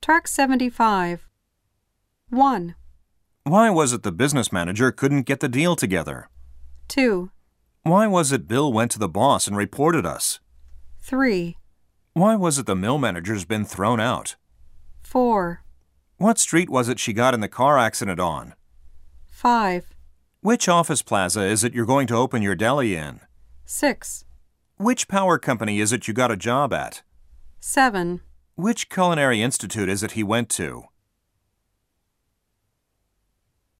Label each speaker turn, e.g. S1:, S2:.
S1: Track 75. 1,
S2: Why was it the business manager couldn't get the deal together?
S1: 2,
S2: Why was it Bill went to the boss and reported us?
S1: 3,
S2: Why was it the mill manager's been thrown out?
S1: 4,
S2: What street was it she got in the car accident on?
S1: 5,
S2: Which office plaza is it you're going to open your deli in?
S1: 6,
S2: Which power company is it you got a job at?
S1: 7.
S2: Which culinary institute is it he went to?